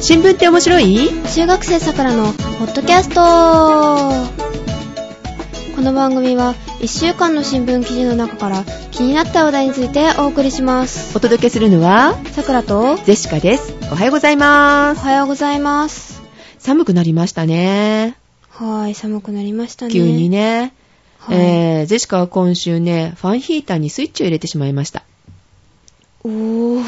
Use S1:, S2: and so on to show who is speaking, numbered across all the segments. S1: 新聞って面白い
S2: 中学生さくらのポッドキャストこの番組は1週間の新聞記事の中から気になった話題についてお送りします
S1: お届けするのは
S2: さくらと
S1: ゼシカですおはようござい
S2: お
S1: ます
S2: はようございます
S1: 寒くなりましたね
S2: はーい寒くなりましたね
S1: 急にね、
S2: はい
S1: えー、ゼシカは今週ねファンヒーターにスイッチを入れてしまいました、
S2: おー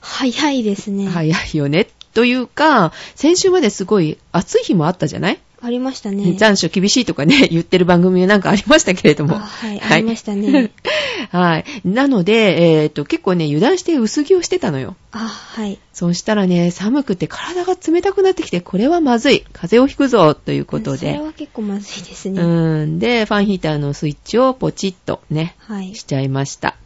S2: 早いですね、
S1: 早いよねというか先週まですごい暑い日もあったじゃない、
S2: ありましたね
S1: 残暑厳しいとかね 言ってる番組なんかありましたけれども
S2: あはいありましたね
S1: はい。なので、えっ、と、結構ね、油断して薄着をしてたのよ。
S2: あはい
S1: そうしたらね、寒くて体が冷たくなってきて、これはまずい。風邪をひくぞ、ということ
S2: それ
S1: で。
S2: は結構まずいです
S1: う
S2: ね、
S1: ーん。で、ファンヒーターのスイッチをポチッとね、
S2: はい
S1: しちゃいました。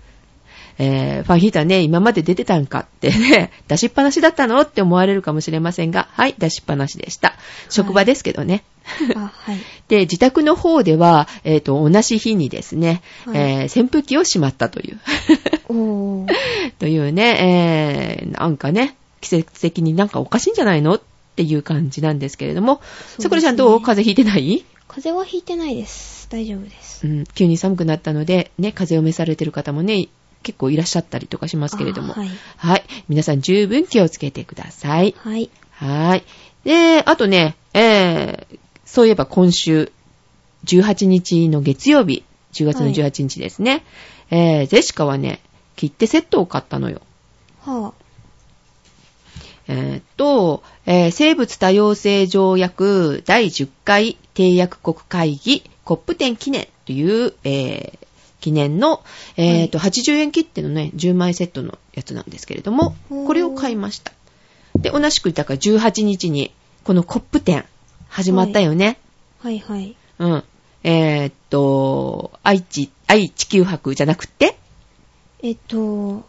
S1: えー、ファンヒーターね、今まで出てたんかってね、 出しっぱなしだったのって思われるかもしれませんが、はい、出しっぱなしでした。職場ですけどね。
S2: あはい
S1: で、自宅の方では、えっ、と、同じ日にですね、
S2: はい
S1: えー扇風機をしまったという。
S2: おー
S1: というね、えー、なんかね、季節的になんかおかしいんじゃないのっていう感じなんですけれども、
S2: うですね
S1: さくらちゃんどう風邪ひいてない、
S2: 風邪はひいてないです大丈夫です
S1: うん、急に寒くなったので、ね、風邪を召されてる方もね、結構いらっしゃったりとかしますけれども、
S2: あはい
S1: はい。皆さん十分気をつけてください。
S2: はい
S1: はい。で、あとね、えー、そういえば今週、18日の月曜日、10月の18日ですね、えー、ジェシカはね、切手セットを買ったのよ。
S2: は
S1: えーっと、えー生物多様性条約第10回締約国会議コップ展記念という、えー記念の、えーっと、80円切手のね、10枚セットのやつなんですけれども、
S2: ほう
S1: これを買いました。で、同じく、だから18日に、このコップ展、始まったよね。
S2: あはいはい
S1: うん。えーっと、愛知、愛地球博じゃなくて、
S2: えっと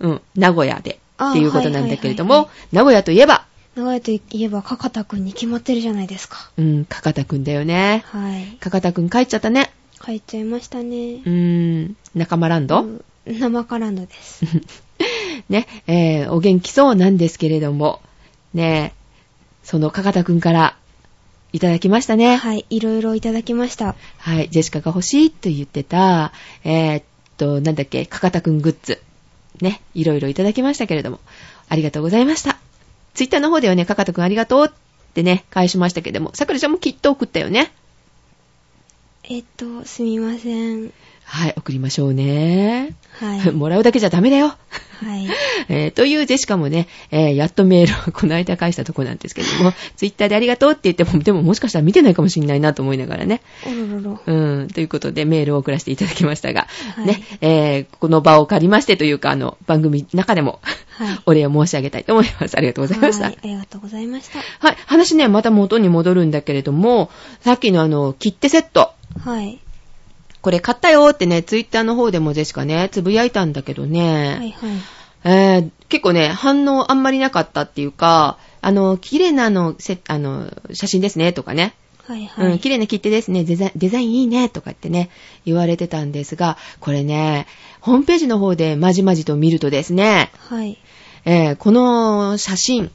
S1: うん、名古屋で、
S2: あー
S1: っていうことなんだけれども、
S2: はいはい
S1: 名古屋といえば、
S2: 名古屋といえば、かかたくんに決まってるじゃないですか。
S1: うん、かかたくんだよね。
S2: はい。
S1: かかたくん帰っちゃったね。
S2: 書いちゃいましたね
S1: う。ーん、仲間ランド、
S2: うん生カランドです。
S1: ね、えー、お元気そうなんですけれども、ねえ、そのかかたくんからいただきました ね。はい。
S2: はい。いろいろいただきました。
S1: ジェシカが欲しいと言ってた、えー、っと、なんだっけ、かかたくんグッズ。ね、いろいろいただきましたけれども、ありがとうございました。ツイッターの方ではね、かかたくんありがとうってね、返しましたけども、さくらちゃんもきっと送ったよね。
S2: えっと、すみません。
S1: はい、送りましょうね。
S2: はい。
S1: もらうだけじゃダメだよ。
S2: はい。
S1: えーというジェシカもね、えーやっとメールをこの間返したとこなんですけれども、 ツイッターでありがとうって言っても、でももしかしたら見てないかもしれないなと思いながらね。
S2: おろろろ。
S1: うん、ということでメールを送らせていただきましたが、
S2: はい
S1: ね、えーこの場を借りましてというか、あの、番組の中でも、
S2: はい。
S1: お礼を申し上げたいと思います。ありがとうございました。
S2: はい。ありがとうございました。
S1: はい、話ね、また元に戻るんだけれども、さっきのあの、切手セット。
S2: はい。
S1: これ買ったよってね、ツイッターの方でもジェシカね、つぶやいたんだけどね。
S2: はいはい。
S1: えー結構ね、反応あんまりなかったっていうか、あの、綺麗なあの、せあの、写真ですね、とかね。
S2: はいはい。
S1: うん、綺麗な切手ですね、デザイン、デザインいいね、とかってね、言われてたんですが、これね、ホームページの方でまじまじと見るとですね、
S2: はい。
S1: えーこの写真、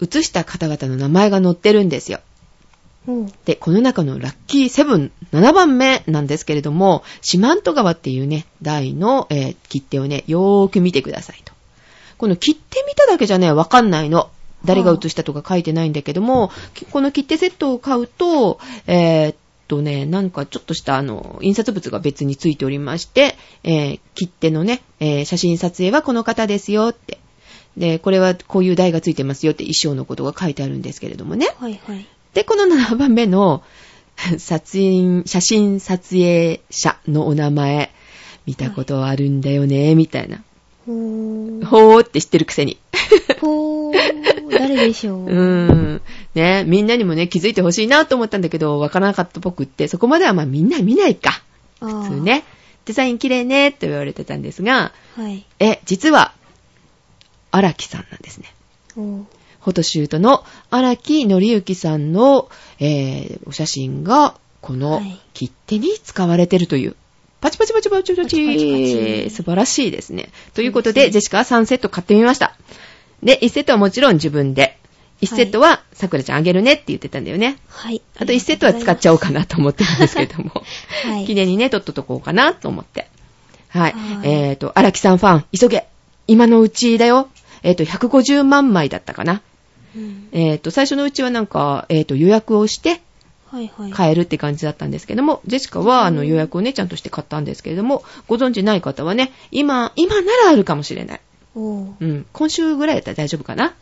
S1: 写した方々の名前が載ってるんですよ。
S2: おう。
S1: で、この中のラッキーセブン、7番目なんですけれども、四万十川っていうね、台の、えー切手をね、よーく見てくださいと。この切手見ただけじゃね、わかんないの。誰が写したとか書いてないんだけども、きこの切手セットを買うと、えーっとね、なんかちょっとしたあの、印刷物が別についておりまして、えー切手のね、えー写真撮影はこの方ですよって。で、これはこういう台がついてますよって衣装のことが書いてあるんですけれどもね。
S2: はいはい。
S1: で、この7番目の 撮影、写真撮影者のお名前、見たことあるんだよね、みたいな。
S2: ほー。
S1: ほーって知ってるくせに。
S2: ほー。誰でしょ
S1: う
S2: う。
S1: ーん。ね、みんなにもね、気づいてほしいなと思ったんだけど、わからなかった僕って、そこまではまあみんな見ないか。
S2: あ
S1: 普
S2: ー
S1: 通。ね。デザイン綺麗ね、と言われてたんですが、
S2: はい。
S1: え、実は、荒木さんなんですね。
S2: おう。
S1: フォトシュートの荒木則之さんの、えーお写真が、この
S2: はい
S1: 切手に使われてるという。パチパチパチパチパチパ
S2: パチパチパ
S1: チ。
S2: チ
S1: 素晴らしいですね。ということ
S2: そうです
S1: で、
S2: ね
S1: ジェシカは3セット買ってみました。で、1セットはもちろん自分で。1セットは、さくらちゃんあげるねって言ってたんだよね。
S2: はい。
S1: あと1セットは使っちゃおうかなと思ってるんですけども。
S2: う。はい。
S1: 記念にね、取っとっとこうかなと思って。はい。
S2: はい
S1: えっ、と、荒木さんファン、急げ。今のうちだよ。えっ、と、150万枚だったかな。
S2: うん
S1: えっ、と、最初のうちはなんか、えっ、と、予約をして
S2: はいはい。
S1: 買えるって感じだったんですけども、ジェシカはあの
S2: うん
S1: 予約をね、ちゃんとして買ったんですけれども、ご存知ない方はね、今、今ならあるかもしれない。
S2: おー、
S1: うん。今週ぐらいだったら大丈夫かな。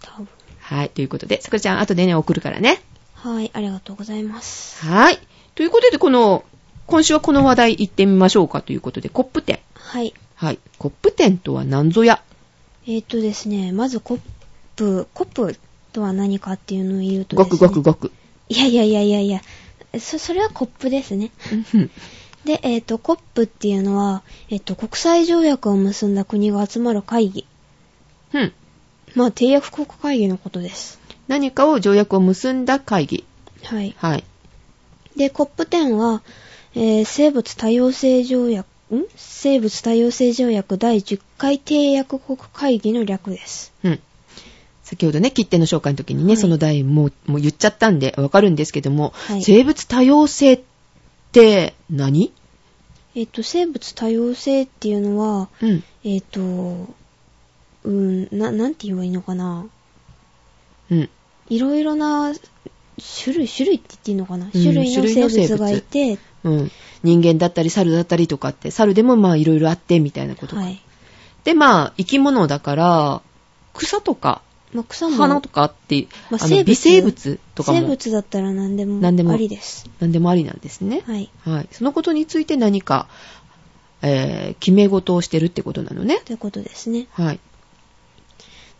S2: 多分。
S1: はい。ということで、さくらちゃん、後でね、送るからね。
S2: はい、ありがとうございます。
S1: はい。ということで、この、今週はこの話題行ってみましょうかということで、コップ展。
S2: はい。
S1: はい。コップ展とは何ぞや。
S2: えっ、とですね、まずコップ、コップとは何かっていうのを言うとで
S1: ご
S2: すね。
S1: くごくごく。
S2: いやいやいやいやいや、そ、それはコップですね。
S1: うん
S2: で、えっ、と、コップっていうのは、えっ、と、国際条約を結んだ国が集まる会議。
S1: うん。
S2: まあ、締約国会議のことです。
S1: 何かを条約を結んだ会議。
S2: はい。
S1: はい。
S2: で、コップ10は、えー生物多様性条約、ん生物多様性条約第10回締約国会議の略です。
S1: うん。先ほどね、切手の紹介の時にね、
S2: はい
S1: その題もう、もう言っちゃったんでわかるんですけども、
S2: はい
S1: 生物多様性って何
S2: えっ、と、生物多様性っていうのは、
S1: うん。
S2: えっ、と、うん、な、なんて言えばいいのかな。
S1: うん。
S2: いろいろな種類、種類って言っていいのかな、
S1: うん
S2: 種類
S1: 種
S2: の
S1: 類
S2: 生
S1: の生
S2: 物
S1: 物
S2: がいて、
S1: うん。人間だったり猿だったりとかって、猿でもまあいろいろあってみたいなことか。
S2: はい。
S1: で、まあ生き物だから、草とか
S2: まあ、草も、
S1: 花とかって、
S2: まあ
S1: あ
S2: 生
S1: の
S2: 物
S1: 微生物とか
S2: 生
S1: も
S2: 物だったら何でも
S1: 何でも
S2: ありです。
S1: 何でもありなんですね。
S2: はい。
S1: はい。そのことについて何か、えー決め事をしてるってことなのね。
S2: ということですね。
S1: はい。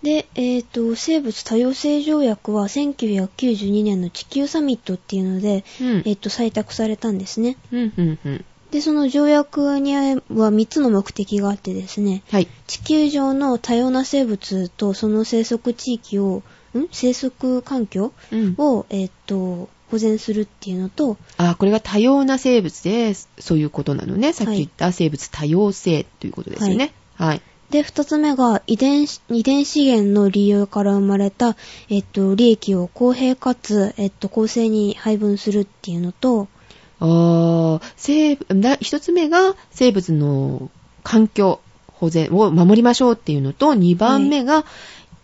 S2: で、えっ、と、生物多様性条約は1992年の地球サミットっていうので、
S1: うん。
S2: えっ、と、採択されたんですね。
S1: うん、うん、うん。
S2: で、その条約には3つの目的があってですね、
S1: はい。
S2: 地球上の多様な生物とその生息地域を、ん生息環境
S1: うん。
S2: を、えっ、と、保全するっていうのと、
S1: あ、これが多様な生物です。そういうことなのね。さっき言った生物多様性ということですよね。はい。
S2: で、二つ目が遺伝子、遺伝資源の利用から生まれた、えっと、利益を公平かつ、えっと、公正に配分するっていうのと、
S1: あー生だ一つ目が生物の環境保全を守りましょうっていうのと、二番目が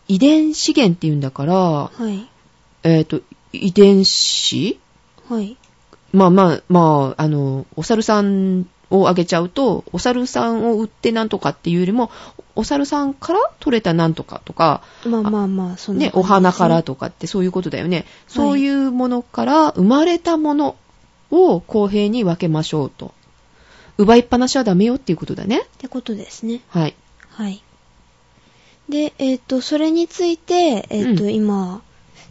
S1: 遺伝資源っていうんだから、
S2: はい。
S1: えっ、と、遺伝子
S2: はい。
S1: まあまあ、まあ、あの、お猿さんをあげちゃうと、お猿さんを売ってなんとかっていうよりも、お猿さんから取れたなんとかとか、
S2: まあまあまあ、そんな
S1: ね、
S2: 感
S1: お
S2: じですね
S1: 花から。とかってそういうことだよね。そういうものから生まれたものを公平に分けましょうと。奪いっぱなしはダメよっていうことだね。
S2: ってことですね。
S1: はい。
S2: はい。で、えっと、それについて、えっと、
S1: うん
S2: 今、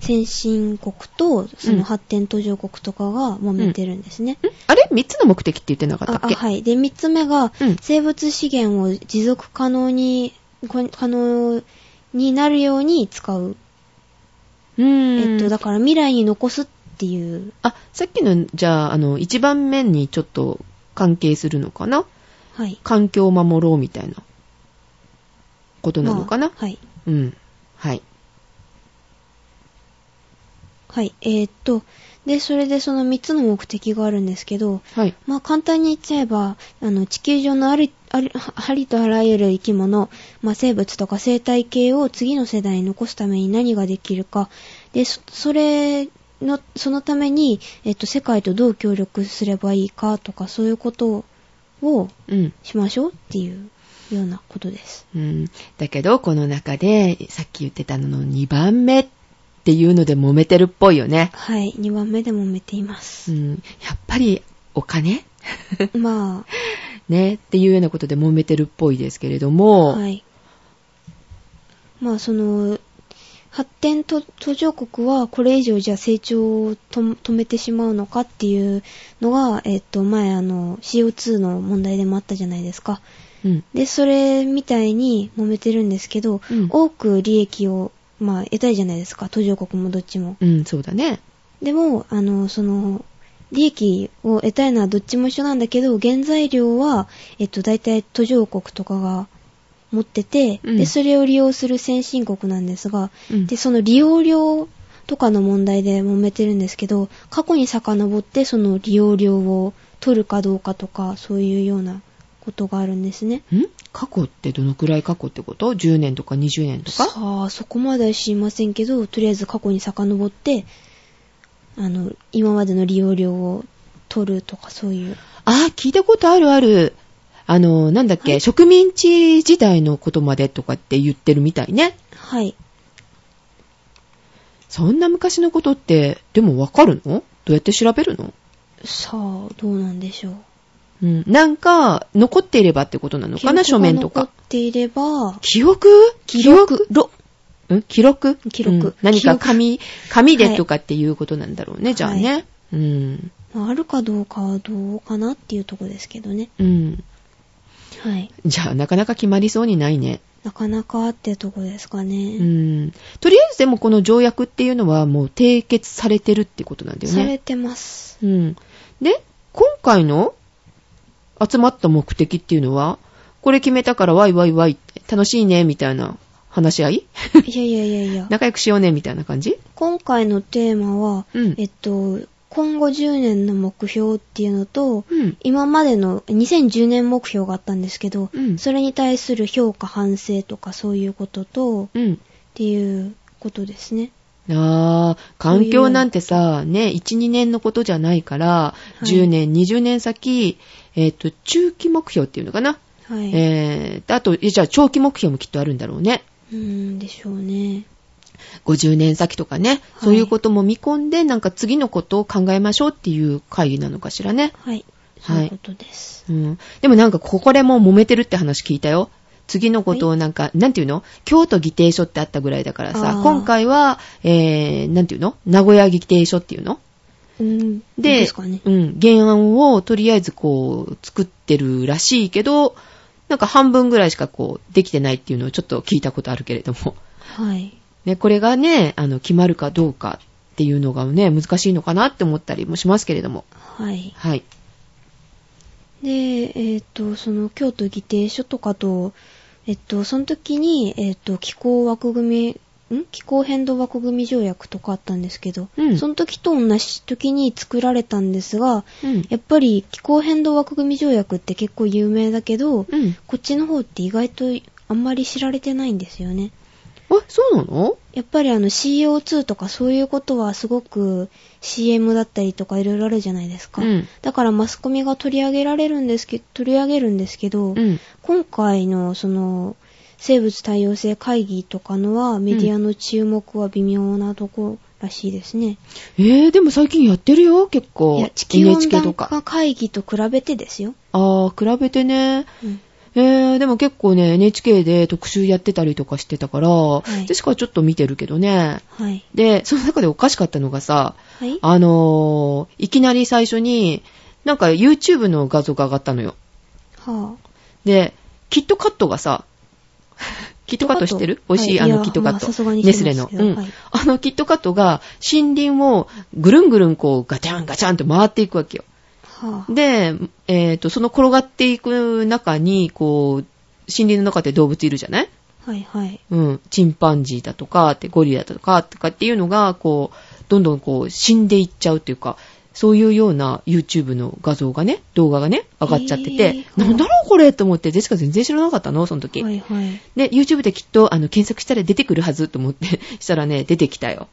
S2: 先進国と、そ
S1: う
S2: の
S1: ん
S2: 発展途上国とかが揉めてるんですね。
S1: んあれ三つの目的って言ってなかっ
S2: あ
S1: た
S2: あ
S1: っけ
S2: はい。で、三つ目が、
S1: うん
S2: 生物資源を持続可能に、こ可能になるように使う。
S1: うーん。
S2: えっと、だから未来に残すっていう。
S1: あ、さっきの、じゃあ、あの、一番目にちょっと関係するのかな
S2: はい。
S1: 環境を守ろうみたいなことなのかな、
S2: まあはい。
S1: うん。はい。
S2: はい。えーっと、で、それでその三つの目的があるんですけど、
S1: はい。
S2: まあ簡単に言っちゃえば、あの、地球上のあり、あり、ありとあらゆる生き物、まあ生物とか生態系を次の世代に残すために何ができるか、で、そそれの、そのために、えっと、世界とどう協力すればいいかとか、そういうことを
S1: うん。
S2: しましょうっていうようなことです。
S1: うん。だけど、この中で、さっき言ってたのの2番目っていうので揉めてるっぽいよね。
S2: はい。2番目でもめていうま
S1: う
S2: す。
S1: ん。やっぱり、お金
S2: ま
S1: ね。っていうようなことで揉めてるっぽいですけれど
S2: あ、
S1: も、
S2: はい。まあ、その、発展途途上国はこれ以上じゃ成長をと止めてしまうのかっていうのが、えっと、前あの、CO2 の問題でもあったじゃないですか。
S1: うん。
S2: で、それみたいに揉めてるんですけど、
S1: うん
S2: 多く利益を、まあ、得たいじゃないですか。途上国もどっちも。
S1: うん、そうだね。
S2: でも、あの、その、利益を得たいのはどっちも一緒なんだけど、原材料は、えっと、大体途上国とかが持ってて、
S1: うん
S2: で、それを利用する先進国なんですが、
S1: うん
S2: で、その利用料とかの問題で揉めてるんですけど、過去に遡ってその利用料を取るかどうかとか、そういうようなことがあるんですね。
S1: ん過去ってどのくらい過去ってこと ?10 年とか20年と
S2: さ
S1: か
S2: あ、そこまでは知りませんけど、とりあえず過去に遡って、あの、今までの利用料を取るとかそういう。
S1: ああ、聞いたことあるある。あの、なんだっけ、
S2: はい
S1: 植民地時代のことまでとかって言ってるみたいね。
S2: はい。
S1: そんな昔のことって、でもわかるのどうやって調べるの
S2: さあ、どうなんでしょう。
S1: うん。なんか、残っていればってことなのかな
S2: 記録
S1: 書
S2: が
S1: 面とか
S2: 残。っていれば、
S1: 記憶記憶ろ。ん記録
S2: 記録
S1: うん何
S2: 記
S1: か
S2: 録
S1: 紙、紙でとかっていうことなんだろうね、
S2: はい
S1: じゃあね。
S2: は
S1: うん。
S2: まあ、あるかどうかはどうかなっていうとこですけどね。
S1: うん。
S2: はい。
S1: じゃあ、なかなか決まりそうにないね。
S2: なかなかってとこですかね。
S1: うん。とりあえずでもこの条約っていうのはもう締結されてるってことなんだよ
S2: され
S1: ね。
S2: てます。
S1: うん。で、今回の集まった目的っていうのは、これ決めたからワイワイワイって楽しいね、みたいな話し合 い
S2: いやいやいやいや。
S1: 仲良くしようね、みたい な感じ
S2: 今回のテーマは、
S1: うん
S2: えっと、今後10年の目標っていうのと、
S1: うん。
S2: 今までの2010年目標があったんですけど、
S1: うん
S2: それに対する評価反省とかそういうことと、っ
S1: うん。
S2: ていうことですね。
S1: ああ、環境なんてさ、ね、1、2年のことじゃないから、
S2: い
S1: 10年、20年先、えっ、と、中期目標っていうのかな。
S2: はい。
S1: えー、あと、じゃあ長期目標もきっとあるんだろうね。
S2: うーんでしょうね。
S1: 50年先とかね、そういうことも見込んで、なんか次のことを考えましょうっていう会議なのかしらね。
S2: はい。そ
S1: はいう
S2: いうことです。
S1: うん。でもなんかここでもう揉めてるって話聞いたよ。次のことをなんか、なんていうの京都議定書ってあったぐらいだから
S2: あ
S1: さ、
S2: ー
S1: 今回は、えー、なんていうの名古屋議定書っていうの
S2: うん。
S1: で、
S2: ですかね。
S1: うん、原案をとりあえずこう、作ってるらしいけど、なんか半分ぐらいしかこう、できてないっていうのをちょっと聞いたことあるけれども。
S2: はい。
S1: ね、これがね、あの、決まるかどうかっていうのがね、難しいのかなって思ったりもしますけれども。
S2: はい。
S1: はい。
S2: で、えっ、と、その京都議定書とかと、えっと、その時に、えっと、気候枠組み、ん気候変動枠組み条約とかあったんですけど、
S1: うん
S2: その時と同じ時に作られたんですが、
S1: うん。
S2: やっぱり気候変動枠組み条約って結構有名だけど、
S1: うん。
S2: こっちの方って意外とあんまり知られてないんですよね。
S1: あ、そうなの
S2: やっぱりあの CO2 とかそういうことはすごく CM だったりとかいろいろあるじゃないですか。
S1: うん
S2: だからマスコミが取り上げられるんですけど、取り上げるんですけ
S1: う
S2: ど、
S1: ん。
S2: 今回のその生物多様性会議とかのはメディアの注目は微妙なとこらしいですね。
S1: えー、でも最近やってるよ、結
S2: い
S1: 構
S2: や。地球温
S1: NHK と
S2: 暖
S1: か。
S2: 化会議と比べてですよ。
S1: あー、比べてね。
S2: うん
S1: えー、でも結構ね、NHK で特集やってたりとかしてたから、確
S2: い
S1: かちょっと見てるけどね。
S2: はい。
S1: で、その中でおかしかったのがさ、
S2: はい。
S1: あのー、いきなり最初に、なんか YouTube の画像が上がったのよ。
S2: はあ。
S1: で、キットカットが さ、キットカット知ってる美味しい、
S2: はい
S1: あ
S2: や
S1: のキットカッ
S2: まあ
S1: ト。
S2: さすがに知
S1: ネ
S2: って
S1: スレ
S2: ま
S1: の
S2: す。けど
S1: うん。
S2: はい
S1: あのキットカットが森林をぐるんぐるんこうガチャンガチャンって回っていくわけよ。
S2: はあ。
S1: で、えっ、と、その転がっていく中に、こう、森林の中って動物いるじゃない
S2: はいはい。
S1: うん。チンパンジーだとか、ってゴリラだとか、とかっていうのが、こう、どんどんこう死んでいっちゃうっていうか、そういうような YouTube の画像がね、動画がね、上がっちゃって
S2: へ
S1: て
S2: ー、
S1: なんだろうこれと思って、ジェシカ全然知らなかったのその時。
S2: はいはい。
S1: で、YouTube できっと、あの、検索したら出てくるはずと思って、したらね、出てきたよ。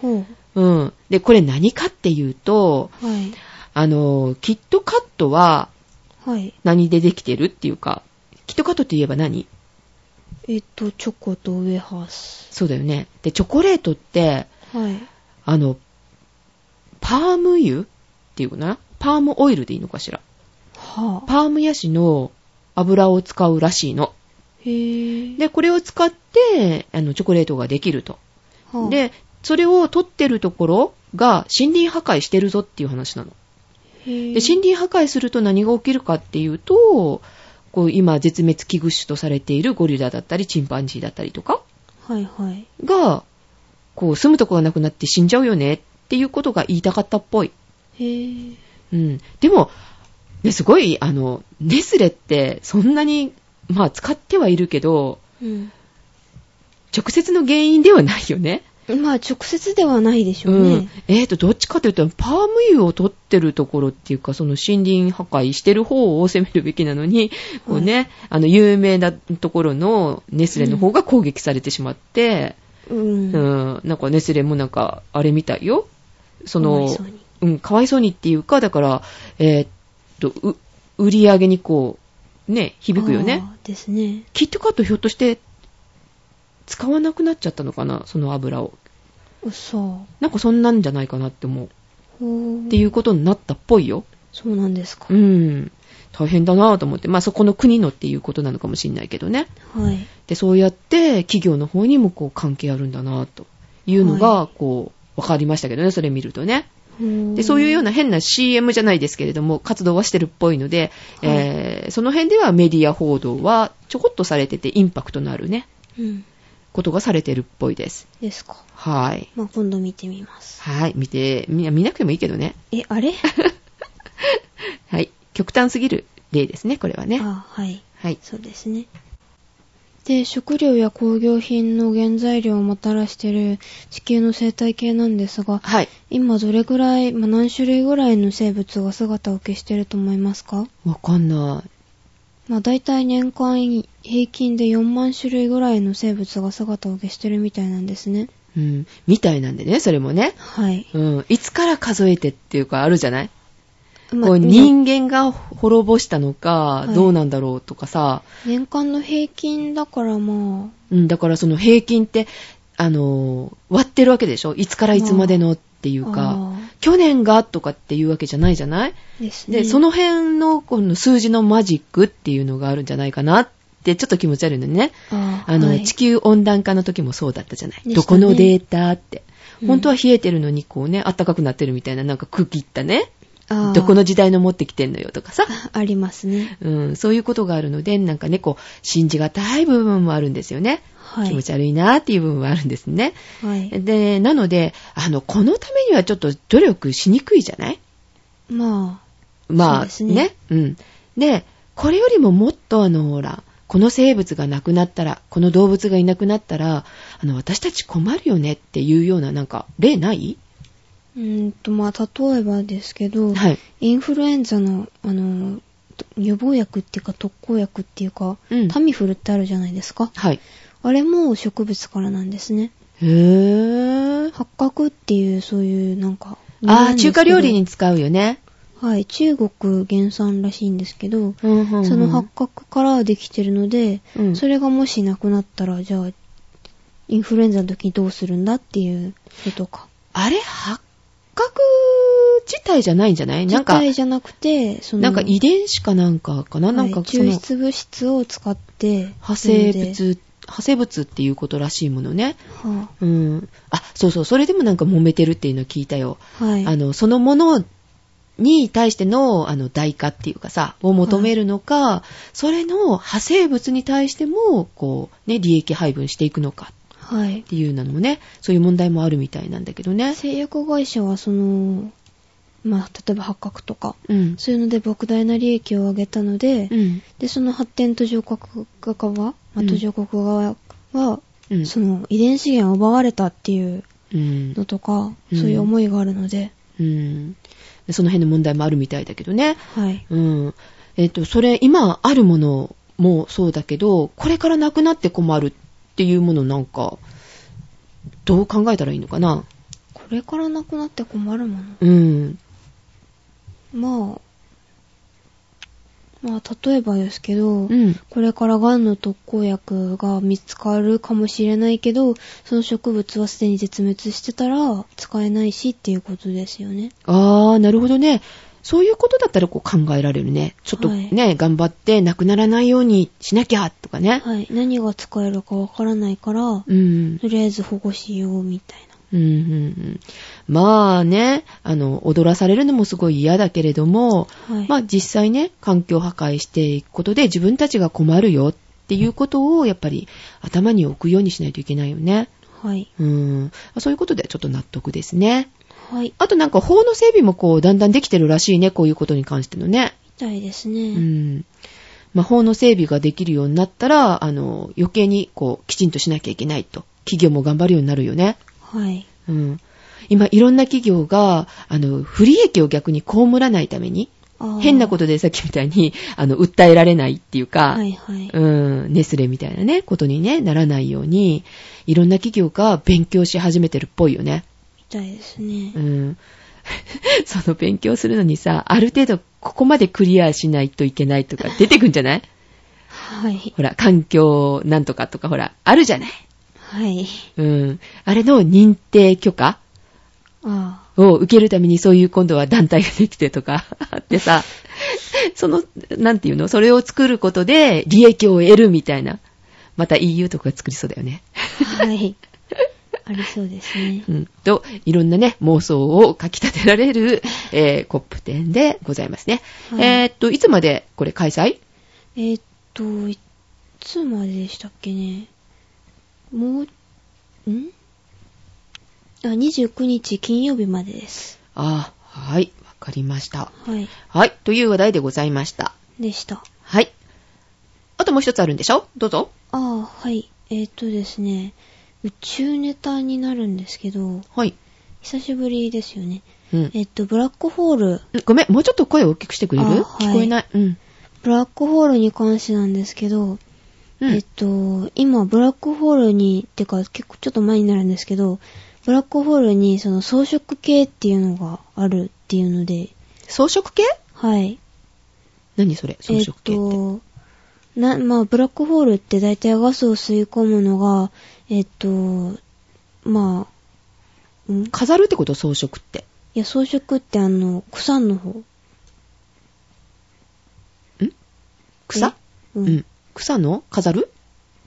S2: ほ
S1: うん。で、これ何かっていうと、
S2: う。はい。
S1: あの、キットカットは
S2: はい。
S1: 何でできてるっていうか、キットカットって言えば何
S2: えっと、チョコとウェハース。
S1: そうだよね。で、チョコレートって、
S2: はい。
S1: あの、パーム油っていうかなパームオイルでいいのかしら
S2: はあ。
S1: パームヤシの油を使うらしいの。
S2: へぇ
S1: で、これを使って、あの、チョコレートができると。
S2: はあ、へ
S1: で、それを取ってるところが森林破壊してるぞっていう話なの。
S2: ぇ
S1: で、森林破壊すると何が起きるかっていうと、こう今絶滅危惧種とされているゴリラだったりチンパンジーだったりとか
S2: はいはい。
S1: が、こう住むとこがなくなって死んじゃうよねっていうことが言いたかったっぽい。
S2: へぇ
S1: うん。でも、ね、すごい、あの、ネスレってそんなにまあ使ってはいるけど、
S2: うん。
S1: 直接の原因ではないよね。
S2: まあ、直接ではないでしょ
S1: う
S2: うんね。。
S1: えっ、と、どっちかというと、パーム油を取ってるところっていうか、その森林破壊してる方を攻めるべきなのに、こうね、あの、有名なところのネスレの方が攻撃されてしまって、
S2: うん。
S1: うん、なんかネスレもなんか、あれみたいよ。そ
S2: かわ
S1: の
S2: い、そうに
S1: うん、かわいそうにっていうか、だから、えーっと、う、売り上げにこう、ね、響くよね。
S2: あーですね。
S1: キットカットひょっとして、使わなくなっちゃったのかな、その油を。
S2: そ
S1: なんかそんなんじゃないかなって思う。
S2: う。
S1: っていうことになったっぽいよ。
S2: そうなんですか。
S1: うん。大変だなぁと思って。まあそこの国のっていうことなのかもしれないけどね。
S2: はい。
S1: で、そうやって企業の方にもこう関係あるんだなぁというのが、こう、わかりましたけどね、それ見るとね。で、そういうよう
S2: な。
S1: な変な CM じゃないですけれども、活動はしてるっぽいので、
S2: はい
S1: えーその辺ではメディア報道はちょこっとされてて、インパクトのあるね、
S2: うん。
S1: ことがされてるっぽいです。
S2: ですか。
S1: はい。
S2: まあ、今度見てみます。
S1: はい、見て、み見なくてもいいけどね。
S2: え、あれ
S1: はい。極端すぎる例ですね、これはね。
S2: あはい。
S1: はい。
S2: そうですね。で、食料や工業品の原材料をもたらしている地球の生態系なんですが、
S1: はい。
S2: 今どれぐらい、まあ、何種類ぐらいの生物が姿を消してると思いますか
S1: わかんない。
S2: まあ大体年間平均で4万種類ぐらいの生物が姿を消してるみたいなんですね。
S1: うん、みたいなんでね、それもね。
S2: はい。
S1: うん、いつから数えてっていうかあるじゃない、
S2: まあ
S1: こう人間が滅ぼしたのか、
S2: はい
S1: どうなんだろうとかさ、
S2: 年間の平均だからまあ、
S1: うん、だからその平均って、あのー割ってるわけでしょいつからいつまでのっていうか、
S2: あ
S1: 去年がとかっていうわけじゃないじゃない
S2: ーですね。
S1: で、その辺のこの数字のマジックっていうのがあるんじゃないかなって、ちょっと気持ち悪いのね。
S2: あー、
S1: あの、
S2: はい
S1: 地球温暖化の時もそうだったじゃない。
S2: したね
S1: どこのデータって。
S2: うん
S1: 本当は冷えてるのにこうね、暖かくなってるみたいな、なんか区切ったね。
S2: あー
S1: どこの時代の持ってきてんのよとかさ。
S2: あありますね。
S1: うん、そういうことがあるので、なんかね、こう、信じがたい部分もあるんですよね。
S2: はい。
S1: 気持ち悪いなっていう部分はあるんですね。
S2: はい。
S1: で、なので、あの、このためにはちょっと努力しにくいじゃない
S2: ま
S1: ま
S2: そ
S1: あ
S2: うで
S1: ね
S2: すね
S1: うん。で、これよりももっとあの、ほら、この生物がなくなったら、この動物がいなくなったら、あの、私たち困るよねっていうような、なんか、例ない
S2: あ、うーんとまあ、例えばですけど、
S1: はい。
S2: インフルエンザの、あの、と予防薬っていうか特効薬っていうか、
S1: うん
S2: タミフルってあるじゃないですか。
S1: はい。
S2: あれも植物からなんですね。
S1: へー。
S2: 八角っていうそういうなんか
S1: ああ、中華料理
S2: に
S1: に使うよね。
S2: はい中国原産らしいんですけど、
S1: うんうんうん
S2: その八角からできてるので、
S1: うん
S2: それがもしなくなったらじゃあインフルエンザの時にどうするんだっていうことか
S1: あれ、八角自体じゃないんじゃないなんか
S2: 実、体じゃなくてその
S1: なんか遺伝子かなんかかな、
S2: は
S1: なん
S2: い
S1: かそ
S2: 抽
S1: の、
S2: 出物質を使って
S1: 派生
S2: なので
S1: 物、派生物っていうことらしいものね。
S2: は
S1: うん。あ、そうそう、それでもなんか揉めてるっていうのを聞いたよ。
S2: あはい
S1: あの、そのものに対しての、あの、代価っていうかさ、を求めるのか、それの派生物に対しても、こう、ね、利益配分していくのか
S2: はい
S1: っていうのもね、そういう問題もあるみたいなんだけどね。
S2: 製薬会社はそのまあ例えば八角とか
S1: うん。
S2: そういうので莫大な利益を上げたので、
S1: うん。
S2: で、その発展途上国側、まあ
S1: うん
S2: 途上国側は、
S1: うん。
S2: その遺伝資源を奪われたっていう
S1: うん
S2: のとか、
S1: うん
S2: そういう思いがあるので、
S1: うん。でその辺の問題もあるみたいだけどね。
S2: はい。
S1: うん。えっ、と、それ、今あるものもそうだけど、これからなくなって困るっていうものなんか、どう考えたらいいのかな
S2: これからなくなって困るも
S1: うん。
S2: の。まあ、まあ、例えばですけど、
S1: うん。
S2: これからがんの特効薬が見つかるかもしれないけど、その植物はすでに絶滅してたら使えないしっていうことですよね。
S1: あー、なるほどね。そういうことだったらこう考えられるね。ちょっと
S2: はい
S1: ね、頑張ってなくならないようにしなきゃとかね。
S2: はい。何が使えるかわからないから、
S1: うん。
S2: とりあえず保護しようみたいな。
S1: うんうんうん、まあね、あの、踊らされるのもすごい嫌だけれども、
S2: はい。
S1: まあ実際ね、環境破壊していくことで自分たちが困るよっていうことをやっぱり頭に置くようにしないといけないよね。
S2: はい。
S1: うん。そういうことでちょっと納得ですね。
S2: はい。
S1: あとなんか法の整備もこうだんだんできてるらしいね、こういうことに関してのね。
S2: みたいです
S1: う
S2: ね。
S1: ん。魔法の整備ができるようになったら、あの、余計にこう、きちんとしなきゃいけないと。企業も頑張るようになるよね。
S2: はい。。
S1: うん。今、いろんな企業が、あの、不利益を逆に被らないために、変なこととでさっきみたいに、 あの、訴えられないっていうか、
S2: はいはい。
S1: うん、ネスレみたいなね、ことにね、ならないように、いろんな企業が勉強し始めてるっぽいよね。
S2: みたいですね
S1: う。ん。 その勉強するのにさ、ある程度ここまでクリアしないといけないとか出てくんじゃない
S2: はい。
S1: ほら、環境なんとかとかほら、あるじゃない
S2: はい。
S1: うん。あれの認定許可
S2: あ
S1: を受けるためにそういう今度は団体ができてとか あってさ、その、なんていうのそれを作ることで利益を得るみたいな。また EU とか作りそうだよね。
S2: あ。はい。ありそうですね
S1: う。ん、と、いろんなね、妄想をかき立てられる、えー、コップ展でございますね。
S2: はい
S1: えーっと、いつまでこれ開催
S2: えーっと、いつまででしたっけね。もう、んあ、29日金曜日までです。
S1: ああ、はい、わかりました。
S2: はい。
S1: はい、という話題でございました。
S2: でした。
S1: はい。あともう一つあるんでしょどうぞ。
S2: ああ、はい。えーっとですね、宇宙ネタになるんですけど、
S1: はい。
S2: 久しぶりですよね。
S1: うん。
S2: えーっと、ブラックホール、
S1: ごめん、もうちょっと声を大きくしてくれる、
S2: あはい
S1: 聞こえない。うん。
S2: ブラックホールに関してなんですけど、
S1: うん。
S2: えっと、今、ブラックホールに、てか、結構ちょっと前になるんですけど、ブラックホールに、その装飾系っていうのがあるっていうので、
S1: 装飾系
S2: はい。
S1: 何それ装飾系って。
S2: えっと、な、まあ、ブラックホールって大体ガスを吸い込むのが、えっと、まあ、んい
S1: 飾るってこと装飾って。
S2: や、装飾ってあの、草の方。
S1: 草
S2: え
S1: う、
S2: うんん。
S1: 草の飾る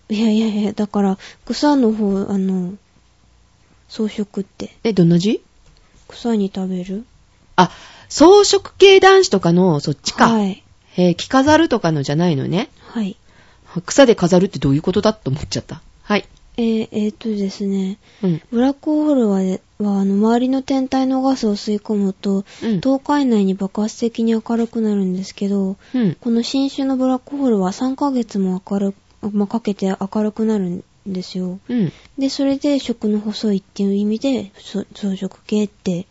S2: いやいやいや、だから、草の方、あの、装飾って、
S1: え、どんな字
S2: 草に食べる
S1: あ、装飾系男子とかのそっちか。
S2: はい。
S1: えー着飾るとかのじゃないのね。
S2: はい。
S1: 草で飾るってどういうことだって思っちゃった。はい。
S2: えーえーっとですね、
S1: うん。
S2: ブラックホールは、はあの周りの天体のガスを吸い込むと、
S1: うん。
S2: 10日以内に爆発的に明るくなるんですけど、
S1: うん。
S2: この新種のブラックホールは3ヶ月も明るく、まあかけて明るくなるんですよ。
S1: うん。
S2: で、それで食の細いっていう意味で、そ増殖系って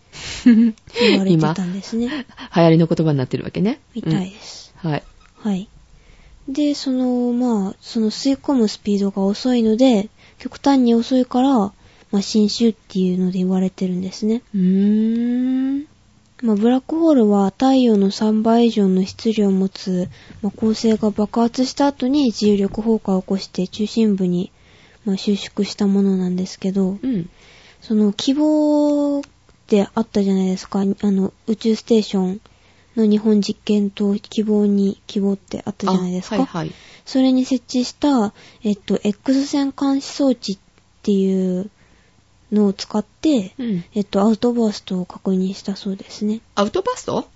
S2: 言われて
S1: 今、
S2: た
S1: 流
S2: んで すね。
S1: 行りの言葉になってるわけね。
S2: みたいです。
S1: うん。はい。
S2: はい。で、その、まあ、その吸い込むスピードが遅いので、極端に遅いから、まあ、新種っていうので言われてるんですね。
S1: うーん。
S2: まあ、ブラックホールは太陽の3倍以上の質量を持つ、まあ、恒星が爆発した後に自由力崩壊を起こして中心部に、まあ、収縮したものなんですけど、
S1: うん。
S2: その希望ってあったじゃないですか。あの、宇宙ステーションの日本実験と希望に、希望ってあったじゃないですか。
S1: あはいはい。
S2: それに設置した、えっと、X 線監視装置っていうのを使って、
S1: うん。
S2: えっと、アウトバーストを確認したそうですね。
S1: アウトバースト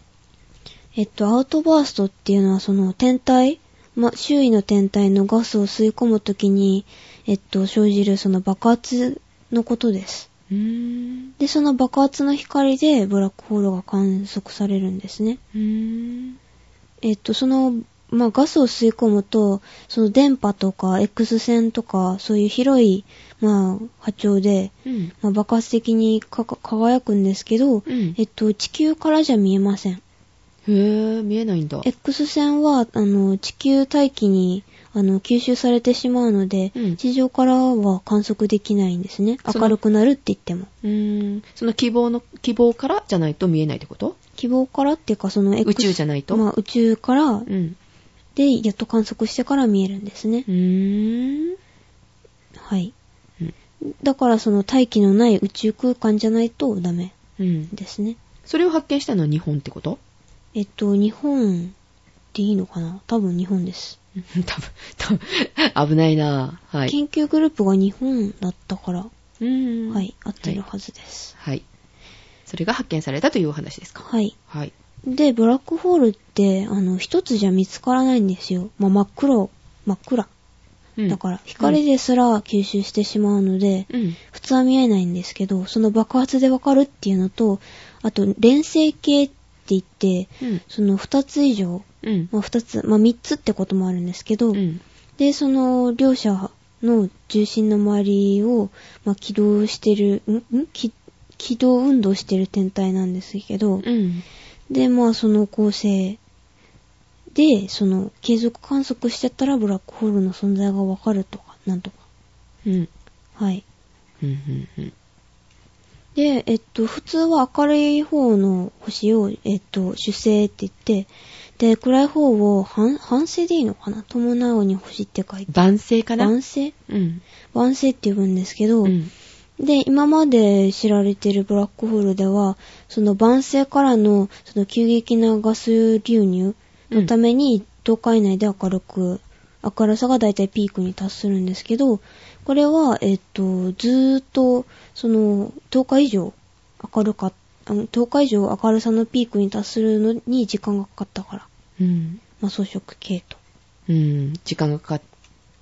S2: えっと、アウトバーストっていうのは、その天体、ま、周囲の天体のガスを吸い込むときに、えっと、生じるその爆発のことです。
S1: うーん。
S2: で、その爆発の光でブラックホールが観測されるんですね。
S1: うーん。
S2: えっと、その、まあ、ガスを吸い込むと、その電波とか X 線とか、そういう広い、まあ、波長で、
S1: うん。
S2: まあ、爆発的にかか輝くんですけど、
S1: うん
S2: えっと、地球からじゃ見えません。
S1: へぇー、見えないんだ。
S2: X 線は、あの、地球大気に、あの、吸収されてしまうので、
S1: うん
S2: 地上からは観測できないんですね。
S1: その
S2: 明るくなるって言っても。
S1: うーん。その希望の、希望からじゃないと見えないってこと
S2: 希望からっていうか、その X、
S1: 宇宙じゃないと
S2: まあ、宇宙から
S1: う、ん。
S2: で、やっと観測してから見えるんですね
S1: う。ーん。
S2: はい。
S1: うん
S2: だからその大気のない宇宙空間じゃないとダメ
S1: うん。
S2: ですね。
S1: それを発見したのは日本ってこと
S2: えっと、日本でいいのかな多分日本です。
S1: うん多分、多分、危ないなぁはい。
S2: 研究グループが日本だったから、
S1: うん
S2: はい、合ってるはずです。
S1: はい。それが発見されたというお話ですか。
S2: はい。
S1: はい。
S2: で、ブラックホールって、あの、一つじゃ見つからないんですよ。まあ、真っ黒、真っ暗。
S1: うん
S2: だから、光ですら吸収してしまうので、
S1: うん。
S2: 普通は見えないんですけど、その爆発でわかるっていうのと、あと、連星系って言って、
S1: うん。
S2: その二つ以上
S1: ううん。
S2: まあ、2つ、まあ、3つってこともあるんですけど、
S1: うん。
S2: で、その両者の重心の周りを、まあ、軌道してる、んんき軌道運動してる天体なんですけど、
S1: うん。
S2: で、まあその構成で、その継続観測してたらブラックホールの存在がわかるとか、なんとか。
S1: うん。
S2: はい。
S1: うん。うん。
S2: で、えっと、普通は明るい方の星を、えっと、主星って言って、で、暗い方を反、反星でいいのかな伴うに星って書いて。
S1: 晩成かな
S2: 晩星
S1: うん。
S2: 晩星って呼ぶんですけど、
S1: うん。
S2: で、今まで知られてるブラックホールでは、その晩成からの、その急激なガス流入のために、10日以内で明るく、明るさがだいたいピークに達するんですけど、これは、えっと、ずーっと、その、10日以上、明るか、あの10日以上明るさのピークに達するのに時間がかかったから、
S1: うん。
S2: まあ、装飾系と。
S1: うん。時間がかか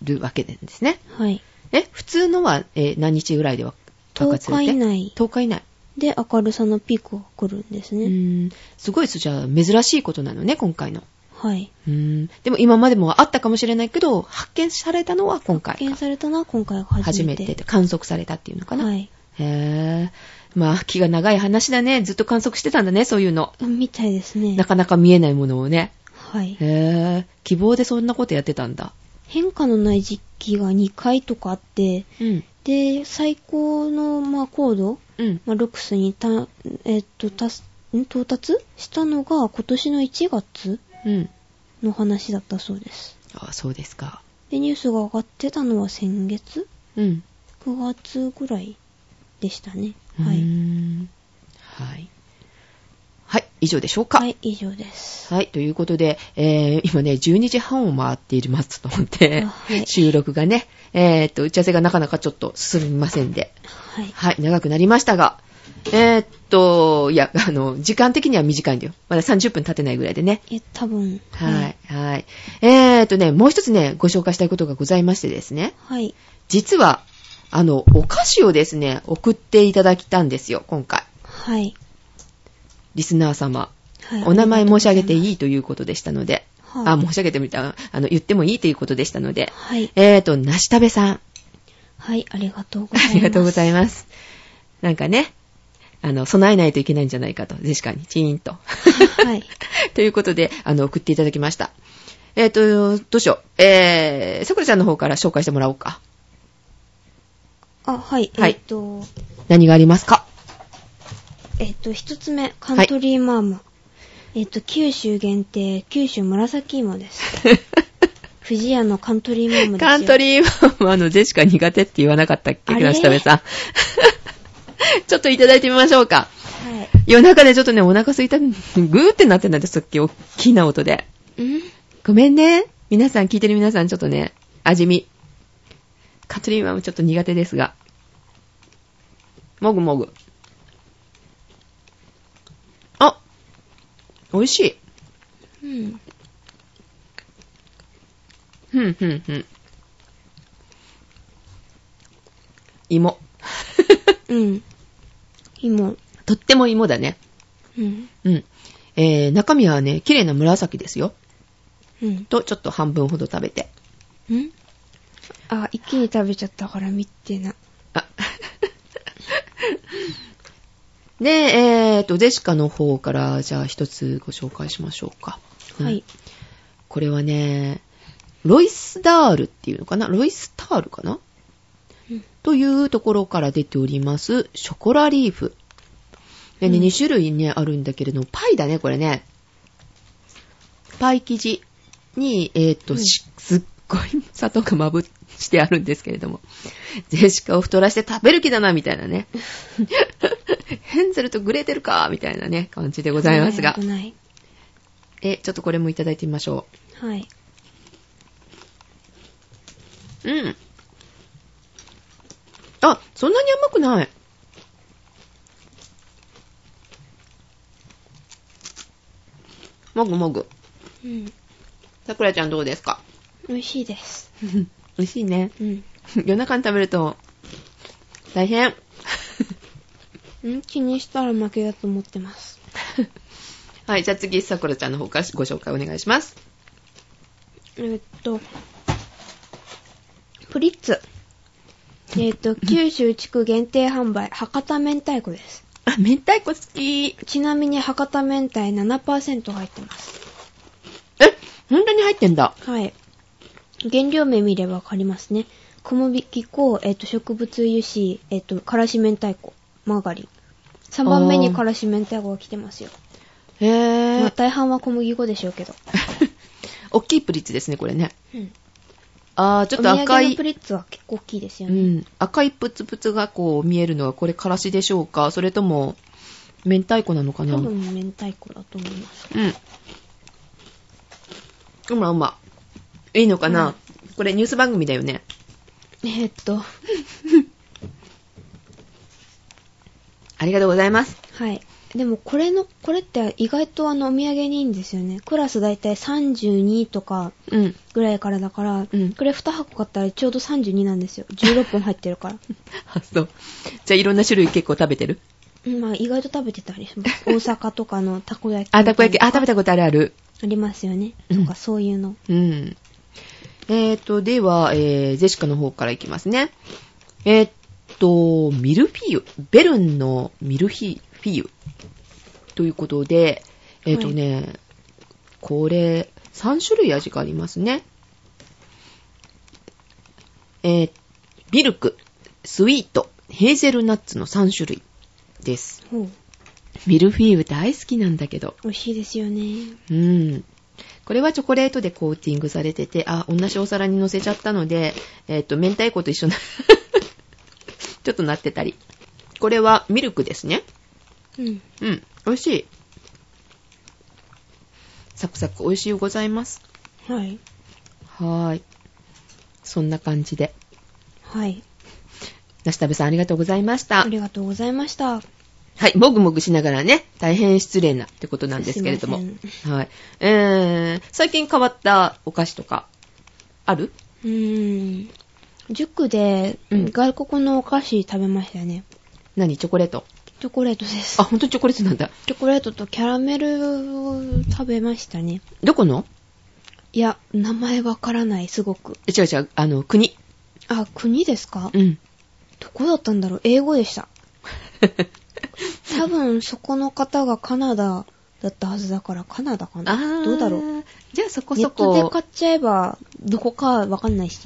S1: るわけなんですね。
S2: はい。
S1: え、普通のは、えー何日ぐらいでは爆発するっ
S2: 10
S1: て
S2: 日以内
S1: 10日以内。
S2: で明るさのピークが来るんです
S1: う
S2: ね。
S1: ん。すごいです。じゃあ、珍しいことなのね、今回の。
S2: はい。
S1: うん。でも今までもあったかもしれないけど、発見されたのは今回か。
S2: 発見されたのは今回が初
S1: 初め
S2: めて。
S1: て観測されたっていうのかな。
S2: はい。
S1: へぇまあ、気が長い話だね。ずっと観測してたんだね、そういうの。
S2: みたいですね
S1: な。かなか見えないものをね。
S2: はい。
S1: へぇ希望でそんなことやってたんだ。
S2: 変化のない時期が2回とかあって、
S1: うん。
S2: で、最高の、まあ、高度、
S1: うん。
S2: まあ、ロックスにた、えっと、たす、ん到達したのが今年の1月
S1: うん。
S2: の話だったそうです。
S1: あそうですか。
S2: で、ニュースが上がってたのは先月
S1: うん。
S2: ?9 月ぐらいでしたね。
S1: は
S2: はいい。。
S1: はい。はい、以上でしょうか。
S2: は
S1: はい。
S2: い、以上です。
S1: ということで、えー、今ね、12時半を回っていますと思って、
S2: あはい
S1: 収録がね、えーっと、打ち合わせがなかなかちょっと進みませんで、
S2: はい。
S1: はい、長くなりましたが、えーっと、いや、あの、時間的には短いんだよ。まだ30分経てないぐらいでね。
S2: え、多分。
S1: は。い、はい。えーっとね、もう一つね、ご紹介したいことがございましてですね、
S2: はい。
S1: 実は、あの、お菓子をですね、送っていただいたんですよ、今回。
S2: はい。
S1: リスナー様。
S2: はい。
S1: お名前申し上げて
S2: い
S1: いいということでしたので、
S2: はい
S1: あ、申し上げてみた、あの、言ってもいいということでしたので、
S2: はい。
S1: えーと、なしたべさん、
S2: はい、ありがとうございます。
S1: ありがとうございます。なんかね、あの、備えないといけないんじゃないかと、ジェシカに、チーンと。
S2: はい。
S1: ということで、あの、送っていただきました。えーと、どうしよう。えー、さくらちゃんの方から紹介してもらおうか。
S2: あ、はい。
S1: はい
S2: えっと、
S1: 何がありますか
S2: えっと、一つ目、カントリーマーム。えっと、九州限定、九州紫芋です。 藤屋のカントリーマームですよ。
S1: カント
S2: リー
S1: リーマン、あの、ジェシカ苦手って言わなかったっけ
S2: あれ
S1: なしたべさん。 ちょっといただいてみましょうか。
S2: はい。
S1: 夜中でちょっとね、お腹すいた、ぐーってなってんだって、さっき大きな音で。
S2: うん
S1: ごめんね。皆さん、聞いてる皆さん、ちょっとね、味見。カトリーマンもちょっと苦手ですが。もぐもぐ。あ美味しい。
S2: うん。
S1: ふんふんふん。芋。
S2: うん。芋。
S1: とっても芋だね。
S2: うん。
S1: うん。えー、中身はね、綺麗な紫ですよ。
S2: うん。
S1: と、ちょっと半分ほど食べて。
S2: うんあ、一気に食べちゃったから見てな。
S1: あ で、えー、と、ジェシカの方から、じゃあ一つご紹介しましょうか。うん
S2: はい。
S1: これはね、ロイスダールっていうのかなロイスタールかな
S2: うん
S1: というところから出ております、ショコラリーフ。でね、
S2: うん
S1: 2種類ね、あるんだけれども、パイだね、これね。パイ生地に、えっ、と、
S2: うん
S1: しすっごい砂糖がまぶしてあるんですけれども、ジェシカを太らして食べる気だな、みたいな ね。ヘンゼルとグレーテルか、みたいなね、感じでございますが
S2: 危。ない。
S1: え、ちょっとこれもいただいてみましょ
S2: 危ないはい。
S1: う。うん。あ、そんなに甘くない。もぐもぐ。
S2: うん。
S1: さくらちゃんどうですか
S2: 美味しいです。
S1: 美味しいね。
S2: うん。
S1: 夜中に食べると、大変。
S2: うん気にしたら負けだと思ってます。
S1: はい、じゃあ次、さくらちゃんの方からご紹介お願いします。
S2: えっと、プリッツ。えっと、九州地区限定販売、博多明太子です。
S1: あ、明太子好き。
S2: ちなみに博多明太7%入ってます。
S1: え、本当に入ってんだ。
S2: はい。原料名見ればわかりますね。小麦粉、えっと、植物油脂、えっと、からし明太子、マーガリン。3番目
S1: あ
S2: に
S1: ー
S2: からし明太子が来てますよ。
S1: へぇー。
S2: まあ、大半は小麦粉でしょうけど。
S1: 大きいプリッツですね、これね。
S2: うん。
S1: あー、ちょっと
S2: お土
S1: 赤
S2: 産の
S1: い
S2: プ。リッツは結構大きいですよ
S1: う
S2: ね。
S1: ん、赤いプツプツがこう見えるのはこれからしでしょうかそれとも明太子なのかな
S2: 多
S1: うん
S2: 分明太子だと思います。
S1: うまうまいいのかな、
S2: うん
S1: これニュース番組だよね
S2: えっと、
S1: ありがとうございます
S2: はい。でもこれの、これって意外とあのお土産にいいんですよね。クラスだいたい32とか
S1: うん
S2: ぐらいからだから、
S1: うん
S2: これ2箱買ったらちょうど32なんですよ。16本入ってるから。
S1: あそうじゃあいろんな種類結構食べてる
S2: うんまあ意外と食べてたりします。 大阪とかのたこ焼き。
S1: あたこ焼きあ食べ
S2: た。
S1: たことあるある
S2: ありますよね。
S1: うん
S2: とかそういうの。
S1: うん。えーと、では、えー、ジェシカの方からいきますね。えーっと、ミルフィーユ、ベルンのミルフィフィーユということで、えーっとね、これ、3種類味がありますね。えー、ミルク、スイート、ヘーゼルナッツの3種類です。
S2: ほう。
S1: ミルフィーユ大好きなんだけど、
S2: 美味しいですよね。
S1: うん。これはチョコレートでコーティングされてて、あ、同じお皿に乗せちゃったので、えっ、と、明太子と一緒な、 ちょっとなってたり。これはミルクですね。
S2: うん。
S1: うん。美味しい。サクサク美味しいございます。
S2: はい。
S1: はーい。そんな感じで。
S2: はい。
S1: なしたべさんありがとうございました
S2: あ。りがとうございました。
S1: はい、もぐもぐしながらね、大変失礼なってことなんですけれども
S2: すい。
S1: はい。えー、最近変わったお菓子とか、ある
S2: うーん。塾で
S1: うん
S2: 外国のお菓子食べましたよね。
S1: 何チョコレート
S2: チョコレートです
S1: あ、。ほんとチョコレートなんだ。
S2: チョコレートとキャラメルを食べましたね。
S1: どこの
S2: いや、名前わからない、すごく。
S1: え違う違う、あの、国。
S2: あ、国ですか
S1: うん。
S2: どこだったんだろう英語 でした。多分、そこの方がカナダだったはずだから、カナダかなどうだろう
S1: う。じゃあそこ
S2: ネ
S1: そ
S2: ットで
S1: こ
S2: 買、っちゃえば、どこかわかんないし。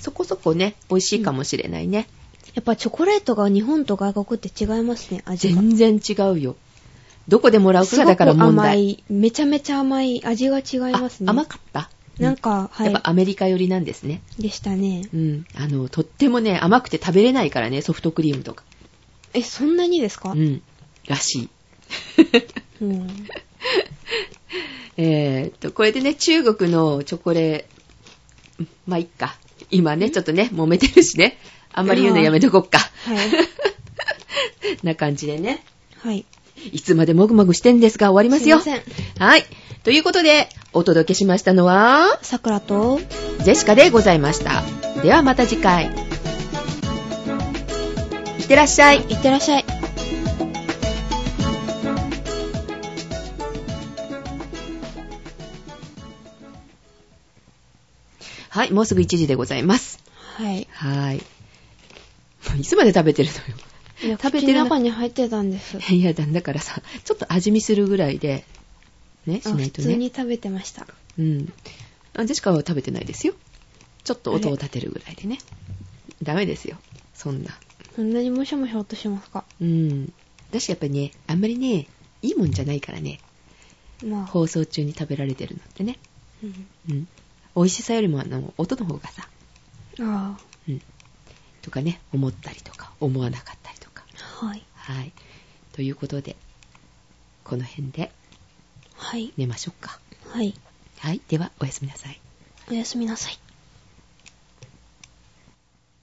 S1: そこそこね、美味しいかもしれないね。
S2: やっぱチョコレートが日本と外国って違いますね、味が。
S1: 全然違うよ。どこでもらうか
S2: す
S1: が
S2: ご
S1: だ
S2: く
S1: から問
S2: 甘
S1: 題。
S2: い、めちゃめちゃ甘い、味が違いますね。
S1: あ甘かった。
S2: なんか、は
S1: やっ
S2: い
S1: ぱ、アメリカ寄りなんですね。
S2: でしたね。
S1: うん。あの、とってもね、甘くて食べれないからね、ソフトクリームとか。
S2: え、そんなにですか
S1: うん。らしい。
S2: うん
S1: えーっと、これでね、中国のチョコレー、んまあ、いっか。今ね、ちょっとね、揉めてるしね。あんまり言うのやめとこっか。
S2: はい。
S1: な感じでね。
S2: はい。
S1: いつまでもぐもぐしてんですが、終わりますよ。
S2: すいま
S1: はい。ということで、お届けしましたのは、
S2: さくらと、
S1: ジェシカでございました。ではまた次回。いってらっしゃい。
S2: いってらっしゃい。
S1: はい、もうすぐ1時でございます。
S2: はい。
S1: はい。いつまで食べてるのよ。
S2: いや
S1: 食べて
S2: 口
S1: る
S2: の中に入ってたんです。
S1: いや、だだからさ、ちょっと味見するぐらいで、ね、し
S2: あ
S1: ない
S2: 普
S1: と
S2: 通
S1: ね。
S2: に食べてました。
S1: うん。あジェシカは食べてないですよ。ちょっと音を立てるぐらいでね。ダメですよ。そんな。
S2: そんなにもしゃもしゃ音しますか
S1: うん。だしやっぱりね、あんまりね、いいもんじゃないからね、
S2: まあ、
S1: 放送中に食べられてるのってね。
S2: うん、
S1: うん。美味しさよりもあの、音の方がさ、
S2: あ
S1: うん。とかね、思ったりとか、思わなかったりとか。
S2: あ、はい。
S1: はい。ということで、この辺で
S2: はい。
S1: 寝ましょうか。
S2: はい。
S1: はい。では、おやすみなさい。
S2: おやすみなさい。